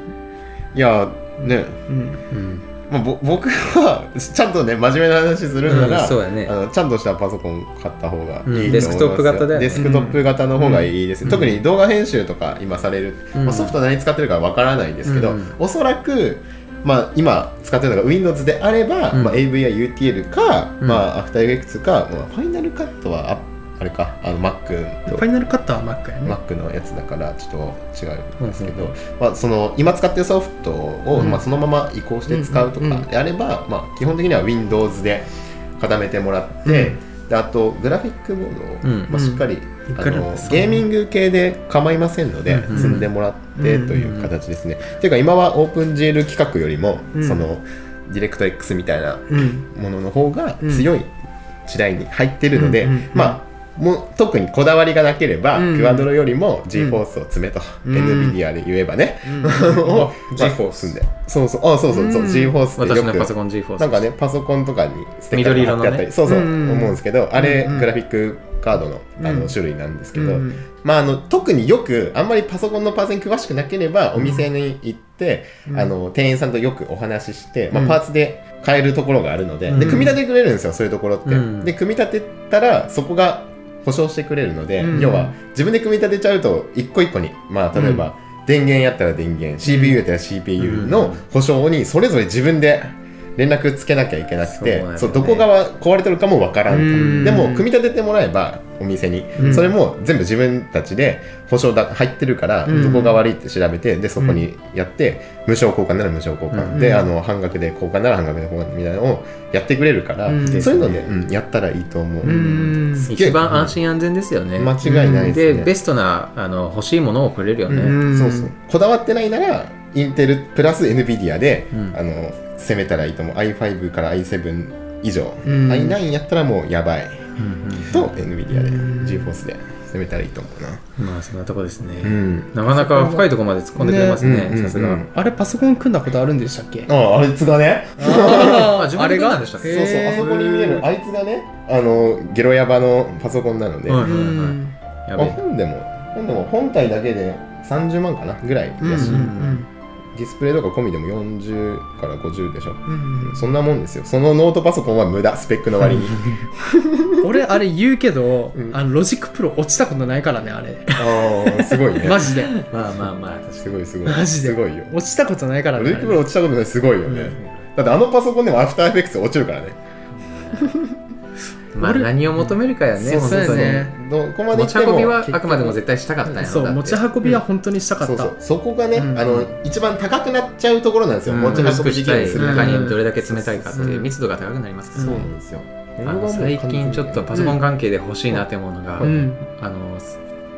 Speaker 3: いやね、
Speaker 2: うん、
Speaker 1: うん
Speaker 3: まあ、ぼ僕はちゃんとね真面目な話するな
Speaker 1: う
Speaker 3: ら、
Speaker 1: んそうやね
Speaker 3: あのちゃんとしたパソコン買った方がいいと思いますよ、
Speaker 1: うんデスクトップ型だよね
Speaker 3: デスクトップ型の方がいいです、
Speaker 1: うん
Speaker 3: 特に動画編集とか今される、
Speaker 1: うん
Speaker 3: まあ、ソフト何使ってるかわからないんですけ
Speaker 1: う
Speaker 3: ど、
Speaker 1: ん
Speaker 3: おそらく、まあ、今使ってるのが Windows であれば、
Speaker 1: うん
Speaker 3: まあ、AV や UTL か、
Speaker 1: うん
Speaker 3: まあ、AfterEffects か、まあ、ファイナルカットはああれかあの Mac
Speaker 2: フ
Speaker 3: と
Speaker 2: ァイナルカットは Mac やね、
Speaker 3: Mac のやつだからちょっと違うんですけど、
Speaker 1: うん
Speaker 3: まあ、その今使ってるソフトを、
Speaker 2: うん
Speaker 3: まあ、そのまま移行して使うと
Speaker 2: うんう
Speaker 3: か
Speaker 2: んうん
Speaker 3: であれば、まあ、基本的には Windows で固めてもらって、であとグラフィックボードを、
Speaker 1: うん
Speaker 3: まあ、しっかり、
Speaker 2: ん
Speaker 3: あ
Speaker 2: グラ
Speaker 3: の
Speaker 2: そう
Speaker 3: ゲーミング系で構いませんので、
Speaker 2: うん
Speaker 1: うん
Speaker 3: 積んでもらって
Speaker 2: うん
Speaker 3: という形ですね。っていうか今は OpenGL 企画よりも、
Speaker 2: うん
Speaker 3: その DirectX みたいな
Speaker 2: うん
Speaker 3: ものの方が強い時代に入ってるので、
Speaker 2: うんうんうん
Speaker 3: まあもう特にこだわりがなければ、
Speaker 2: うん
Speaker 3: クワドロよりも GForce を詰めと、
Speaker 2: うん
Speaker 3: NVIDIA で言えば ね、
Speaker 2: うん
Speaker 3: を
Speaker 1: GeForce
Speaker 3: 積んでそうそうあそうそう、そう
Speaker 2: うん
Speaker 3: GForce って
Speaker 1: 私
Speaker 3: よ
Speaker 1: のパソ
Speaker 3: く
Speaker 1: コン G4
Speaker 3: なんかねパソコンとかにステッカー
Speaker 1: 緑
Speaker 3: が
Speaker 1: 色
Speaker 3: 貼
Speaker 1: のね
Speaker 3: ってあったり、そうそううん思うんですけどあれ、
Speaker 2: うんうん
Speaker 3: グラフィックカードのあ
Speaker 2: う
Speaker 3: の
Speaker 2: ん
Speaker 3: 種類なんですけ
Speaker 2: う
Speaker 3: ど、
Speaker 2: ん
Speaker 3: まあ、あの特によくあんまりパソコンのパーツに詳しくなければお店に行って、
Speaker 2: うん
Speaker 3: あの店員さんとよくお話しして、ま
Speaker 2: う
Speaker 3: あ、
Speaker 2: ん
Speaker 3: パーツで買えるところがあるので,、
Speaker 1: うん
Speaker 3: で組み立ててくれるんですよそういうところって。
Speaker 1: うん
Speaker 3: で組み立てたらそこが保証してくれるので、
Speaker 2: うん
Speaker 3: 要は自分で組み立てちゃうと一個一個に、まあ、例えば、電源やったら電源 CPU やったら CPU の保証にそれぞれ自分で連絡つけなきゃいけなくて
Speaker 1: そうだよね
Speaker 3: そう、どこが壊れてるかもわからんと。
Speaker 2: うん
Speaker 3: でも組み立ててもらえばお店に、
Speaker 2: うん
Speaker 3: それも全部自分たちで保証だ入ってるから、
Speaker 2: うん
Speaker 3: どこが悪いって調べてでそこにやって、無償交換なら無償交換、
Speaker 1: うん
Speaker 3: であの半額で交換なら半額で交換みたいなのをやってくれるから、
Speaker 2: うん
Speaker 3: そういうので、うんやったらいいと思う、
Speaker 2: うん
Speaker 1: 一番安心安全ですよね、
Speaker 3: 間違いない
Speaker 1: で
Speaker 3: ですね、
Speaker 1: ベストなあの欲しいものをくれるよね、
Speaker 2: うん
Speaker 3: そうそうこだわってないならインテルプラス NVIDIA で、
Speaker 1: うん
Speaker 3: あの攻めたらいいと思う i5 から i7 以上、
Speaker 2: うん
Speaker 3: i9 やったらもうやばいと NVIDIA で GForce で攻めたらいいと思うな
Speaker 1: まあそんなとこですね、
Speaker 3: ん
Speaker 1: なかなか深いところまで突っ込んでくれますねさすが
Speaker 2: あれパソコン組んだことあるんでしたっけ
Speaker 3: あああいつがね
Speaker 2: あ
Speaker 1: あ自分で組んだんでしたっ
Speaker 3: そ
Speaker 1: け
Speaker 3: うそうあそこに見えるあいつがねあのゲロヤバのパソコンなので、
Speaker 1: は
Speaker 2: う
Speaker 1: い
Speaker 2: ん
Speaker 1: や
Speaker 3: ま
Speaker 1: べ
Speaker 3: あ、
Speaker 1: え
Speaker 3: 本でも本でも本体だけで30万かなぐらいだし、
Speaker 2: うんうん
Speaker 3: ディスプレイとか込みでも40から50でしょ
Speaker 2: うん
Speaker 3: そんなもんですよそのノートパソコンは無駄スペックの割に
Speaker 2: 俺あれ言うけど、
Speaker 3: うん
Speaker 2: あのロジックプロ落ちたことないからねあれ
Speaker 3: ああすごいね
Speaker 2: マジで
Speaker 1: まあまあまあ確かに
Speaker 3: すごいすごい
Speaker 2: マジです
Speaker 3: ごいよ
Speaker 2: 落ちたことないから
Speaker 3: ル
Speaker 2: ね
Speaker 3: イ
Speaker 2: あ
Speaker 3: プ
Speaker 2: れ
Speaker 3: ロ落ちたことないすごいよね、だってあのパソコンでもアフターエフェクツ落ちるからね
Speaker 1: まあ
Speaker 2: 悪い
Speaker 1: 何を求めるかやね
Speaker 2: そう
Speaker 1: 本
Speaker 2: そうや
Speaker 1: 当に
Speaker 2: ね
Speaker 3: どこまで行
Speaker 1: 持
Speaker 3: っ
Speaker 1: ち
Speaker 3: ても
Speaker 1: 運びはあくまでも絶対したかったんやろ
Speaker 2: そう
Speaker 1: だ
Speaker 2: 持
Speaker 1: って
Speaker 2: ち運びは本当にしたかった、
Speaker 3: そうそうそこがね、
Speaker 2: うん
Speaker 3: あの一番高くなっちゃうところなんですよ、
Speaker 1: うん
Speaker 3: 持ち運
Speaker 1: 薄く
Speaker 3: びで
Speaker 1: し
Speaker 3: き
Speaker 1: た
Speaker 3: るよう
Speaker 1: い
Speaker 3: にするた
Speaker 1: 中
Speaker 3: めに、
Speaker 1: にどれだけ詰めたいかって
Speaker 2: うん
Speaker 1: 密度が高くなりますか
Speaker 3: そ
Speaker 1: ら
Speaker 3: う
Speaker 1: ね
Speaker 3: なんですよ
Speaker 1: あの最近ちょっとパソコン関係で欲しいなって思うのが、
Speaker 2: うん
Speaker 1: あの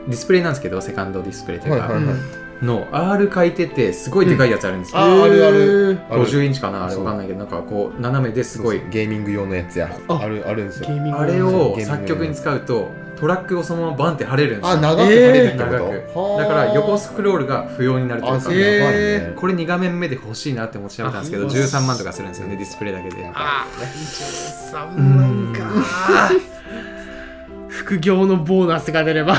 Speaker 1: ディスプレイなんですけどセカンドディスプレイというか、
Speaker 3: はいはい
Speaker 1: の R 回転ってすごいでかいやつあるんですよ、
Speaker 3: あーあるあるある
Speaker 1: 50インチかなあれ
Speaker 3: そう
Speaker 1: わかんないけどなんかこう斜めですごい
Speaker 3: そうそうゲーミング用のやつや
Speaker 2: あ
Speaker 3: あるあるんです
Speaker 2: ゲ
Speaker 3: よ
Speaker 2: ーミング
Speaker 1: あれを
Speaker 3: ゲーミング
Speaker 1: 作曲に使うとトラックをそのままバンって貼れるんです
Speaker 3: あ
Speaker 1: よ
Speaker 3: 長く貼れるってこ
Speaker 1: 長
Speaker 3: と、は
Speaker 1: く
Speaker 3: あ
Speaker 1: だから横スクロールが不要になるとい
Speaker 3: あ
Speaker 1: うか
Speaker 3: そうやばいね、
Speaker 1: これ2画面目で欲しいなって思って調べたんですけど
Speaker 2: あ
Speaker 1: 13万とかするんですよねディスプレイだけで
Speaker 2: あ23万か副業のボーナスが出れば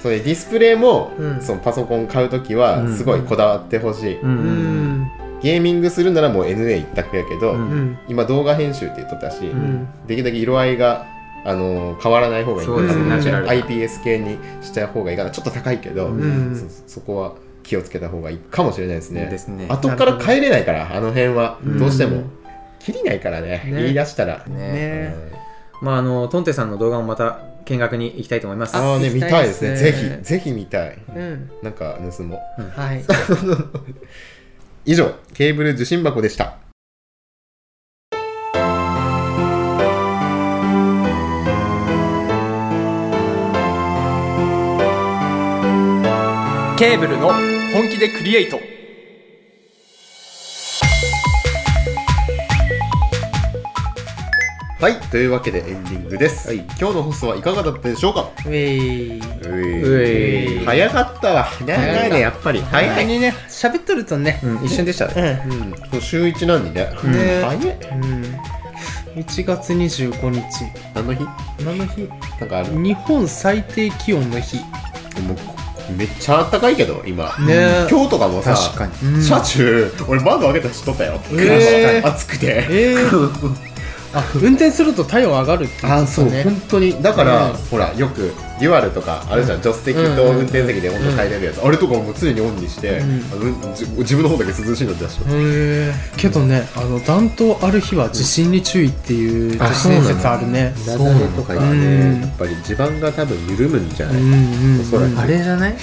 Speaker 3: そうねディスプレイも、
Speaker 2: うん
Speaker 3: そのパソコン買うときは
Speaker 1: うん
Speaker 3: すごいこだわってほしい、
Speaker 1: う
Speaker 2: うんん
Speaker 3: ゲーミングするならもう NA 一択やけど、
Speaker 1: うん
Speaker 2: うん
Speaker 3: 今動画編集って言っとったし、
Speaker 2: うん
Speaker 3: できるだけ色合いが、あのー変わらない方がいい
Speaker 1: そう
Speaker 2: ですね
Speaker 3: 多分
Speaker 2: ナチュラ
Speaker 1: ルな
Speaker 3: IPS 系にした方がいいかなちょっと高いけど、
Speaker 2: うん
Speaker 3: そそこは気をつけた方がいいかもしれないですね
Speaker 1: ですね
Speaker 3: 後から帰れないからあの辺は、
Speaker 2: うん
Speaker 3: どうしても切りないからね
Speaker 2: ね
Speaker 3: 言い出したら、
Speaker 1: ね
Speaker 2: ね
Speaker 1: まああのトンテさんの動画もまた見学に行きたいと思います
Speaker 3: ああね
Speaker 2: 行き
Speaker 3: 見
Speaker 2: たい
Speaker 3: たいで
Speaker 2: ですす
Speaker 3: ね
Speaker 2: ね
Speaker 3: ぜひぜひ見たい
Speaker 2: うん
Speaker 3: なんか盗もう
Speaker 2: はい
Speaker 3: 以上ケーブル受信箱でした
Speaker 2: ケーブルの本気でクリエイト
Speaker 3: はいというわけでエンディングです、今日の放送はいかがだったでしょうか
Speaker 2: ウェイ
Speaker 1: うえい
Speaker 3: 早かったわ長いねやっぱり早
Speaker 2: 本当
Speaker 3: いね、
Speaker 2: にね喋っとるとね
Speaker 1: うん一瞬でしたね
Speaker 3: うん、この週一なんでね
Speaker 2: ね
Speaker 3: 早い
Speaker 2: うん1月25日
Speaker 3: 何の日
Speaker 2: 何の日
Speaker 3: なんかあるも
Speaker 2: 日本最低気温の日
Speaker 3: うめっちゃあったかいけど今
Speaker 2: ね
Speaker 3: 今日とかもさ
Speaker 1: 確かに
Speaker 2: うん
Speaker 3: 車中俺窓開けたりしとったよ、
Speaker 2: えー
Speaker 3: 暑くて
Speaker 2: えー、あ運転すると体温上がるって言ってたね
Speaker 3: 本当にだから、
Speaker 2: うん
Speaker 3: ほらよくデュアルとかあるじゃん、助手席
Speaker 2: うん
Speaker 3: と運転席で温度変えれるやつ、あれとかもう常にオンにして、
Speaker 2: うん
Speaker 3: あのじ自分の方だけ涼しいの出しと
Speaker 2: へえけどねあの暖冬ある日は地震に注意っていう都市伝説あるね
Speaker 3: 雪崩とかが
Speaker 2: うん
Speaker 3: ねやっぱり地盤が多分緩むんじゃ
Speaker 2: う
Speaker 3: なんい、
Speaker 2: うん
Speaker 3: おそらく
Speaker 1: あれじゃない、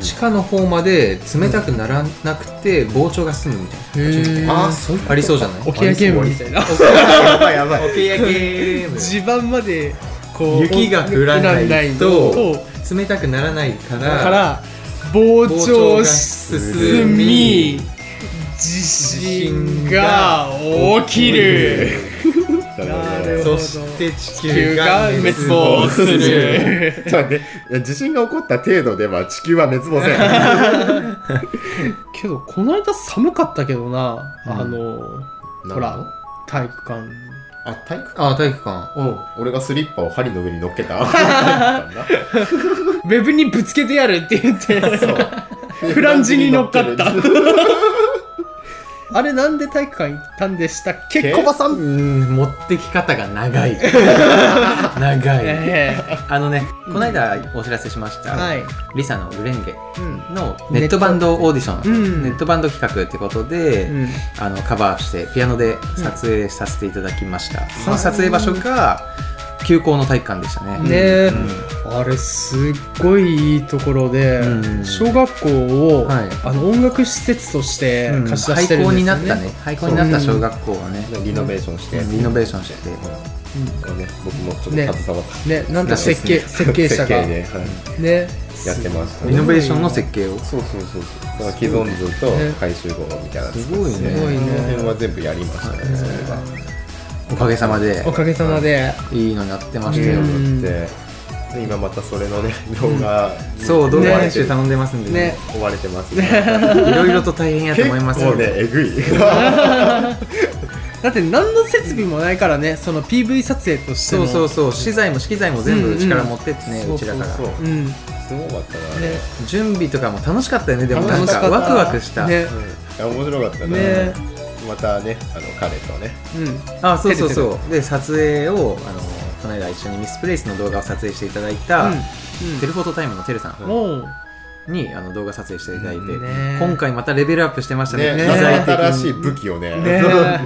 Speaker 1: 地下の方まで冷たくならなくて膨張が済むみたいな、
Speaker 2: へー
Speaker 1: あそういうことありそうじゃない
Speaker 2: 沖縄ゲームみたいな
Speaker 3: やばいやばい
Speaker 1: 沖縄ゲーム
Speaker 2: 地盤までこう
Speaker 1: 雪が降らない
Speaker 2: 降ら
Speaker 1: と
Speaker 2: ない
Speaker 1: 冷たくならないから
Speaker 2: とから膨
Speaker 1: 張
Speaker 2: 張
Speaker 1: が
Speaker 2: し
Speaker 1: 進
Speaker 2: 進み
Speaker 1: み
Speaker 2: 地震が起き るなるほ
Speaker 1: そ
Speaker 2: ど
Speaker 1: して地
Speaker 2: 地球
Speaker 1: 球
Speaker 2: が
Speaker 1: が
Speaker 2: 滅
Speaker 1: 滅
Speaker 2: 亡
Speaker 1: 亡
Speaker 2: す
Speaker 1: す
Speaker 2: る
Speaker 1: る
Speaker 3: ちょっと待って地震が起こった程度では地球は滅亡せ ん
Speaker 2: けどこの間寒かったけどな、
Speaker 1: うん
Speaker 2: あのほら体育館
Speaker 3: あ体育
Speaker 1: あ体育館おう
Speaker 3: 俺がスリッパを針の上に乗っけた体育館な
Speaker 2: ウェブにぶつけてやるって言って
Speaker 3: そう
Speaker 2: フランジに乗っかった
Speaker 3: フランジに乗 っける
Speaker 2: あれなんで体育館行ったんでしたっけ
Speaker 3: け
Speaker 2: コバさん、
Speaker 1: うん持ってき方が長 い長い
Speaker 2: ええ
Speaker 1: あのねこの間お知らせしました、
Speaker 2: はい、
Speaker 1: リサの「グレンゲ
Speaker 2: うん」
Speaker 1: のネットバンドオーディション、
Speaker 2: うん
Speaker 1: ネットバンド企画ってことで、
Speaker 2: うん、
Speaker 1: あのカバーしてピアノで撮影させていただきました、その撮影場所が休校の体育館でしたね
Speaker 2: ねえ、あれすっごいいいところで、
Speaker 1: うん
Speaker 2: 小学校を、
Speaker 1: はい
Speaker 2: あの音楽施設として
Speaker 1: うん
Speaker 2: 貸し出
Speaker 1: 廃
Speaker 2: してる
Speaker 1: 校
Speaker 2: んで
Speaker 1: に
Speaker 2: す
Speaker 1: な
Speaker 2: よ
Speaker 1: っ
Speaker 2: ね,、
Speaker 1: たね廃校になった小学校をね
Speaker 3: リノベーションして、
Speaker 1: リノベーションして
Speaker 3: うんね、僕もちょっと
Speaker 2: ね
Speaker 3: 携わった、
Speaker 2: ねなんと設計設計者が
Speaker 3: 設計で
Speaker 2: ね
Speaker 3: はいや
Speaker 2: や
Speaker 3: ってました
Speaker 1: リノベーションの設計を
Speaker 3: そうそうそうそうだから既存図と
Speaker 2: ね
Speaker 3: 回収後みたいなやつ
Speaker 1: すごいね
Speaker 2: すごいね
Speaker 3: この辺は全部やりましたねそれは
Speaker 1: おかげさまで
Speaker 2: おかげさまで
Speaker 1: いいのになってました
Speaker 3: ゲー
Speaker 1: よ、
Speaker 2: うん
Speaker 3: ムってで今またそれのね動画に
Speaker 1: そう動画
Speaker 2: ね
Speaker 1: 編集頼んでますんで
Speaker 2: ね
Speaker 1: ね
Speaker 3: 追われてます ね
Speaker 1: いろいろと大変やと思います
Speaker 3: も
Speaker 1: よ
Speaker 3: うねえ ぐい
Speaker 2: だって何の設備もないからねその PV 撮影とし
Speaker 1: そ
Speaker 2: ての
Speaker 1: うそうそう資材も資材も全
Speaker 2: うんう
Speaker 1: 部
Speaker 2: ん
Speaker 1: 力持ってってね、うちらから
Speaker 3: そうそうそう
Speaker 2: うん
Speaker 3: すごかったなあれ、
Speaker 2: ね
Speaker 1: 準備とかも楽しかったよねでもな
Speaker 2: 楽
Speaker 1: ん
Speaker 2: しか
Speaker 1: か
Speaker 2: った
Speaker 1: ワクワクした、
Speaker 2: ね
Speaker 3: うん、面白かったな、
Speaker 2: ね
Speaker 3: またねあの彼とね
Speaker 2: うん
Speaker 1: あそうそうそうで撮影をあのこの間一緒にミスプレイスの動画を撮影していただいた、テルフォトタイムのテルさん
Speaker 2: うんうんおう
Speaker 1: にあの動画撮影していただいて、
Speaker 2: ね
Speaker 1: 今回またレベルアップしてましたね
Speaker 3: ね
Speaker 1: 機材的に
Speaker 3: 新しい武器を ね
Speaker 2: ね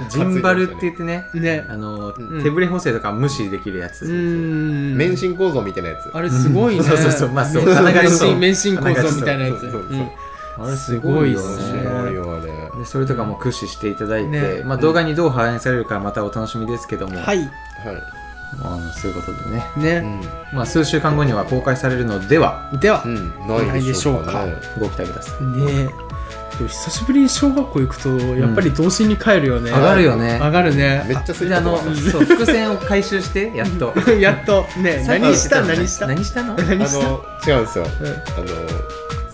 Speaker 1: ジンバルって言ってね
Speaker 2: ね
Speaker 1: あの、
Speaker 2: うん
Speaker 1: 手ぶれ補正とか無視できるやつ、
Speaker 2: うん
Speaker 3: 免震構造みたいなやつ
Speaker 2: あれすごいね
Speaker 1: そうそうそうまあそう
Speaker 2: 免
Speaker 1: 棚
Speaker 2: 震
Speaker 1: 返しそう
Speaker 2: 免震構造みたいなやつ
Speaker 3: そうそうそう
Speaker 2: うん
Speaker 1: あれ
Speaker 2: すごいっす
Speaker 3: 面
Speaker 2: ね
Speaker 3: 白いよあれ
Speaker 1: でそれとかも駆使していただいて、
Speaker 2: ね
Speaker 1: まあ、動画にどう反映されるかまたお楽しみですけども、
Speaker 2: はい
Speaker 3: は
Speaker 1: あのそういうことでね、
Speaker 3: い、
Speaker 2: ね
Speaker 1: まあ、数週間後には公開されるのでは
Speaker 2: では
Speaker 3: う
Speaker 2: ね
Speaker 3: ん、ないでしょうか,、
Speaker 2: ない
Speaker 3: ね
Speaker 2: で
Speaker 1: ご期待くださ
Speaker 2: でも久しぶりに小学校行くとやっぱり童心に帰るよね
Speaker 1: い上がるよね
Speaker 2: 上がるね
Speaker 3: めっちゃすい
Speaker 1: であ
Speaker 3: た
Speaker 1: の
Speaker 3: の
Speaker 1: そう伏線を回収してやっと
Speaker 2: やっとね何した何した
Speaker 1: 何したの
Speaker 3: あの
Speaker 2: 何した
Speaker 3: 違うんですよあの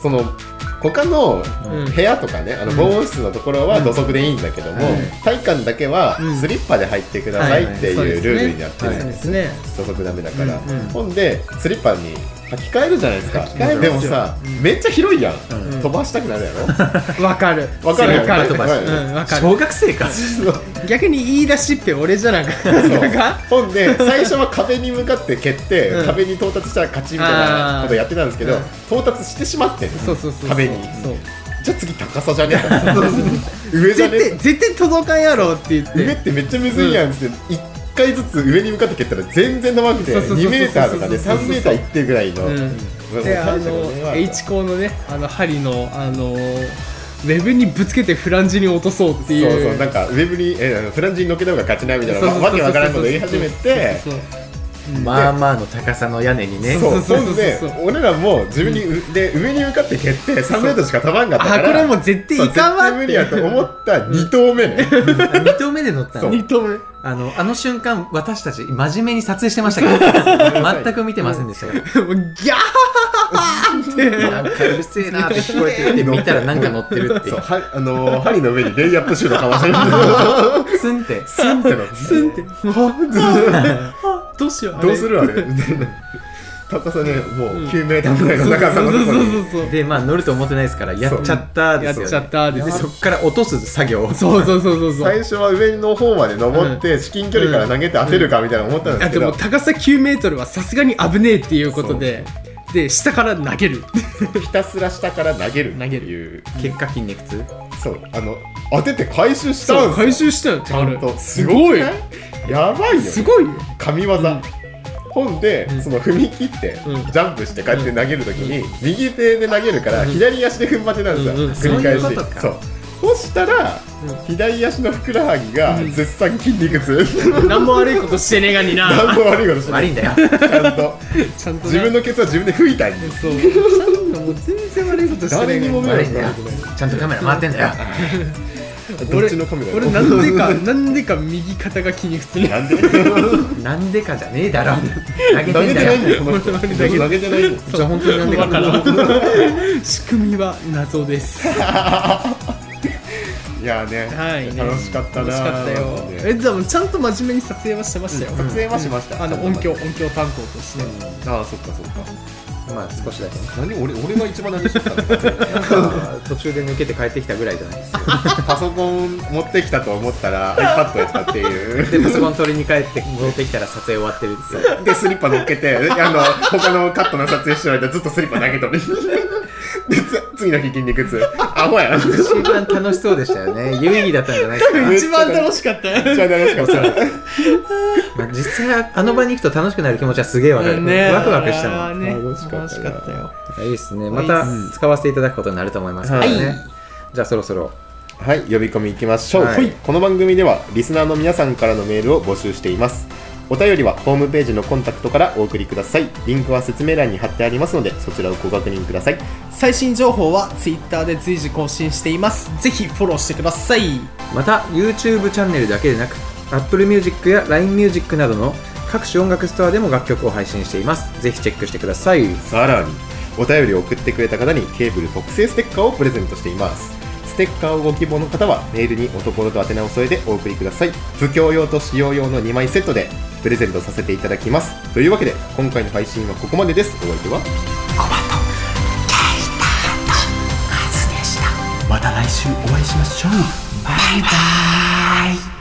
Speaker 3: その他の
Speaker 2: うん
Speaker 3: 部屋とかね、あの
Speaker 2: うん
Speaker 3: 防音室のところは土足でいいんだけども、
Speaker 1: はい
Speaker 3: 体育館だけは
Speaker 2: うん
Speaker 3: スリッパで入ってくださいって
Speaker 2: はいはいいうそうで
Speaker 3: ル
Speaker 2: すね
Speaker 3: ールになってるん
Speaker 2: そう
Speaker 3: で
Speaker 2: ですす
Speaker 3: ね
Speaker 2: ね
Speaker 3: 土足ダメだから、
Speaker 2: うんうん
Speaker 3: ほんでスリッパに履き替えるじゃないですか
Speaker 2: 履き替えるんで
Speaker 3: です
Speaker 2: よ
Speaker 3: もさ、
Speaker 2: うん
Speaker 3: めっちゃ広いやん、
Speaker 1: うん
Speaker 3: 飛ばしたくなるや
Speaker 2: わかる
Speaker 3: ろわかる
Speaker 2: わかる
Speaker 1: 飛ば
Speaker 2: う
Speaker 1: し
Speaker 2: んわかる
Speaker 1: 小学生か
Speaker 2: 逆に言い出しっぺ俺じゃなかったか
Speaker 3: ほんで最初は壁に向かって蹴って、
Speaker 2: うん
Speaker 3: 壁に到達したら勝ちみたいなことやってたんですけど、
Speaker 2: あ
Speaker 3: 到達してしまってんの
Speaker 2: そうそうそうそう
Speaker 3: 壁に
Speaker 2: そう
Speaker 3: じゃあ次高さじゃねえ か上じゃ
Speaker 2: 絶
Speaker 3: ね
Speaker 2: 対絶対届かんやろって言っ
Speaker 3: 上
Speaker 2: て
Speaker 3: ってめっちゃむずいやんっつって、一回ずつ上に向かって蹴ったら全然長くて
Speaker 2: そうそうそうそう
Speaker 3: 2メーターとかで3メーターいってるぐらいの、
Speaker 2: うん
Speaker 3: もう
Speaker 2: であ
Speaker 3: 大したことねえわ
Speaker 2: の H 校のねあの針のあのウェブにぶつけてフランジに落とそうっていう
Speaker 3: そうそうなんかウェブに、えーあのフランジに乗っけた方が勝ちなみたいな
Speaker 2: そうそうそうそう
Speaker 3: わけわからんこと言い始めて
Speaker 2: そうそうそう
Speaker 1: まあまあの高さの屋根にね
Speaker 3: そう
Speaker 2: そうそうそう
Speaker 3: ほんで
Speaker 2: そうそう
Speaker 3: 俺らも自分に、で上に向かって蹴って3メートルしかたまんかったか
Speaker 2: あ
Speaker 3: ら
Speaker 2: これもう絶
Speaker 3: そう
Speaker 2: 対い
Speaker 3: 絶
Speaker 2: かんわ
Speaker 3: 対
Speaker 2: っ
Speaker 3: 無
Speaker 2: て
Speaker 3: 理やと思った2投目ね
Speaker 1: 2投目で乗ったの
Speaker 2: 二投目
Speaker 1: あのあの瞬間私たち真面目に撮影してましたけど全く見てませんでしたか
Speaker 2: もうギャー
Speaker 1: らなんかうるせえなって聞こえてきて見たらなんか乗ってるってい
Speaker 3: そう
Speaker 1: う
Speaker 3: はあのー針の上にレイアップシュートかましてる
Speaker 1: スンって
Speaker 3: スンってなって
Speaker 2: スンって どうしようあれ
Speaker 3: どうするあ れみたいな高さねもう9メーターぐらいの
Speaker 2: そうそ
Speaker 3: 高
Speaker 2: う
Speaker 3: さ
Speaker 2: そ
Speaker 3: の
Speaker 2: う
Speaker 3: ところに
Speaker 2: そう
Speaker 1: でまあ乗ると思ってないですからやっちゃった
Speaker 2: や
Speaker 1: で
Speaker 2: っ
Speaker 1: すよ、ね、
Speaker 2: ちゃったで
Speaker 1: ですそっから落とす作業
Speaker 2: そうそうそうそうそう
Speaker 3: 最初は上の方まで登って至近距離から投げて当てるかみたいな思ったんで
Speaker 2: あ
Speaker 3: すけ
Speaker 2: で
Speaker 3: ど
Speaker 2: も高さ9メートルはさすがに危ねえっていうことでで下から投げる
Speaker 3: ひたすら下から投げるって
Speaker 2: 投げ
Speaker 3: いう
Speaker 1: 結果筋肉痛
Speaker 3: そうあの当てて回収した
Speaker 2: そ
Speaker 3: ん
Speaker 2: う
Speaker 3: です
Speaker 2: 回収したよち
Speaker 3: ちゃんと
Speaker 2: すごい
Speaker 3: すごくないやばいよね
Speaker 2: すご いよ
Speaker 3: 神業、
Speaker 2: うん
Speaker 3: ほんで、
Speaker 2: うん
Speaker 3: その踏み切って、
Speaker 2: うん
Speaker 3: ジャンプしてこうやって投げるときに、右手で投げるから、左足で踏ん張ってなん
Speaker 2: うんうん
Speaker 3: ですよ、繰り返し
Speaker 1: そういうことか
Speaker 3: そうそしたら、
Speaker 2: うん
Speaker 3: 左足のふくらはぎが
Speaker 2: うん
Speaker 3: 絶賛筋肉 痛
Speaker 2: 何も悪いことしてねえがにな
Speaker 3: 何も悪いことしな
Speaker 1: 悪
Speaker 3: い
Speaker 1: いんだよ
Speaker 3: ちゃん と
Speaker 2: ちゃんと
Speaker 3: 自分
Speaker 2: の
Speaker 3: のケツは自分で吹いたんで
Speaker 2: そうちゃんともう全然悪いことしてねえ
Speaker 3: 誰にも迷
Speaker 1: 悪い
Speaker 3: 惑
Speaker 1: ん
Speaker 3: か
Speaker 1: だよ
Speaker 3: けてない
Speaker 1: ちゃんとカメラ回ってんだよ
Speaker 3: どっちのカメラ
Speaker 2: 俺なんでかなんでか右肩が筋肉痛 になる
Speaker 3: なんで投
Speaker 1: なんでかじゃねえだろ投げてん
Speaker 3: げて
Speaker 1: だ
Speaker 3: ないん
Speaker 1: よ
Speaker 3: だよ この人
Speaker 2: 投げてない
Speaker 3: 投げてないんだよ
Speaker 1: じゃあ本当になんでか
Speaker 2: わからん仕組みは謎です
Speaker 3: いやーね、
Speaker 2: はいね
Speaker 3: 楽しかったな
Speaker 2: 楽しかったよ
Speaker 3: ね
Speaker 2: えでもちゃんと真面目に撮影はしてましたよ
Speaker 3: 撮影はしました、
Speaker 2: あの音響音響担当として
Speaker 3: ああそっかそっか
Speaker 1: まあ少しだけね
Speaker 3: 何俺俺が一番何しったの
Speaker 1: まあ途中で抜けて帰ってきたぐらいじゃないですか
Speaker 3: パソコン持ってきたと思ったら iPad やったっていう
Speaker 1: でパソコン取りに帰って戻ってきたら撮影終わってるっていう
Speaker 3: でスリッパ乗っけてあの他のカットの撮影してる間ずっとスリッパ投げとるでつ次の日筋肉痛アホやなめっ
Speaker 1: 一番楽しそうでしたよね有意義だったんじゃないですか、
Speaker 3: めっちゃ
Speaker 2: 一番楽しかったよ
Speaker 3: ちゃ楽しかった
Speaker 1: まあ、実際はあの場に行くと楽しくなる気持ちはすげえわかる、
Speaker 2: ね
Speaker 1: ワクワクした
Speaker 2: あ
Speaker 1: も
Speaker 2: れ
Speaker 1: ん
Speaker 2: はね
Speaker 3: 楽しか
Speaker 2: 楽
Speaker 3: った
Speaker 2: し
Speaker 3: な
Speaker 2: かったよ
Speaker 1: いいですねまた使わせていただくことになると思いますからね、
Speaker 3: はい
Speaker 1: じゃあそろそろ
Speaker 3: はい呼び込みいきましょう、
Speaker 1: はい
Speaker 3: はいこの番組ではリスナーの皆さんからのメールを募集していますお便りはホームページのコンタクトからお送りくださいリンクは説明欄に貼ってありますのでそちらをご確認ください
Speaker 2: 最新情報は Twitter で随時更新していますぜひフォローしてください
Speaker 1: また YouTube チャンネルだけでなく Apple Music や LINE Music などの各種音楽ストアでも楽曲を配信していますぜひチェックしてください
Speaker 3: さらにお便りを送ってくれた方にケーブル特製ステッカーをプレゼントしていますステッカーをご希望の方はメールに男のと宛名を添えてお送りください布教用と使用用の2枚セットでプレゼントさせていただきますというわけで今回の配信はここまでですお相手は
Speaker 5: また来週お会いしましょうバイバイ